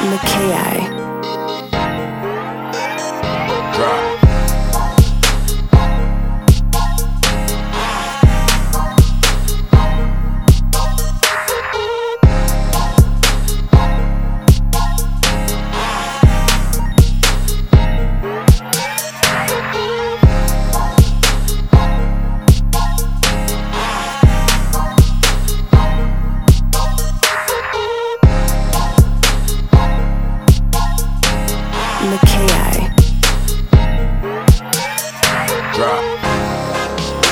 McKay. Drop. McKay. Drop.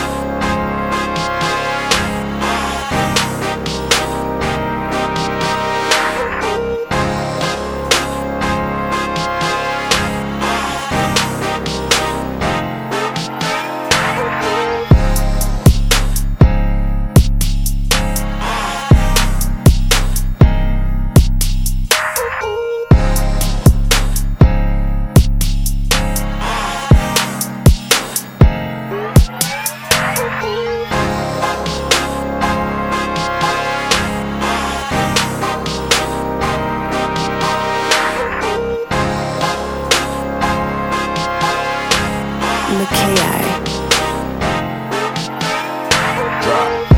McKay. Drop.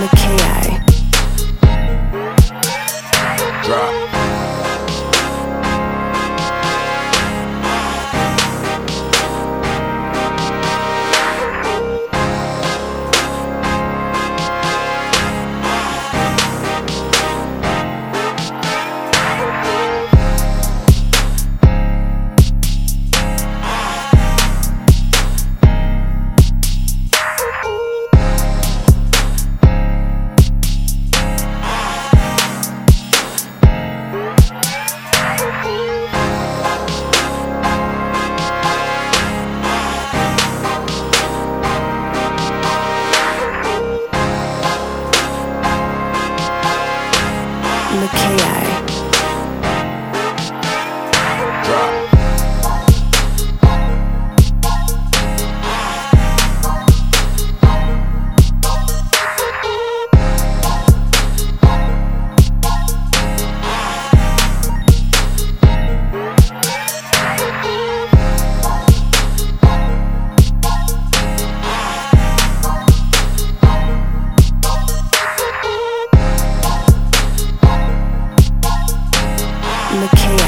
McKay. Drop. McKay. Drop. McKay.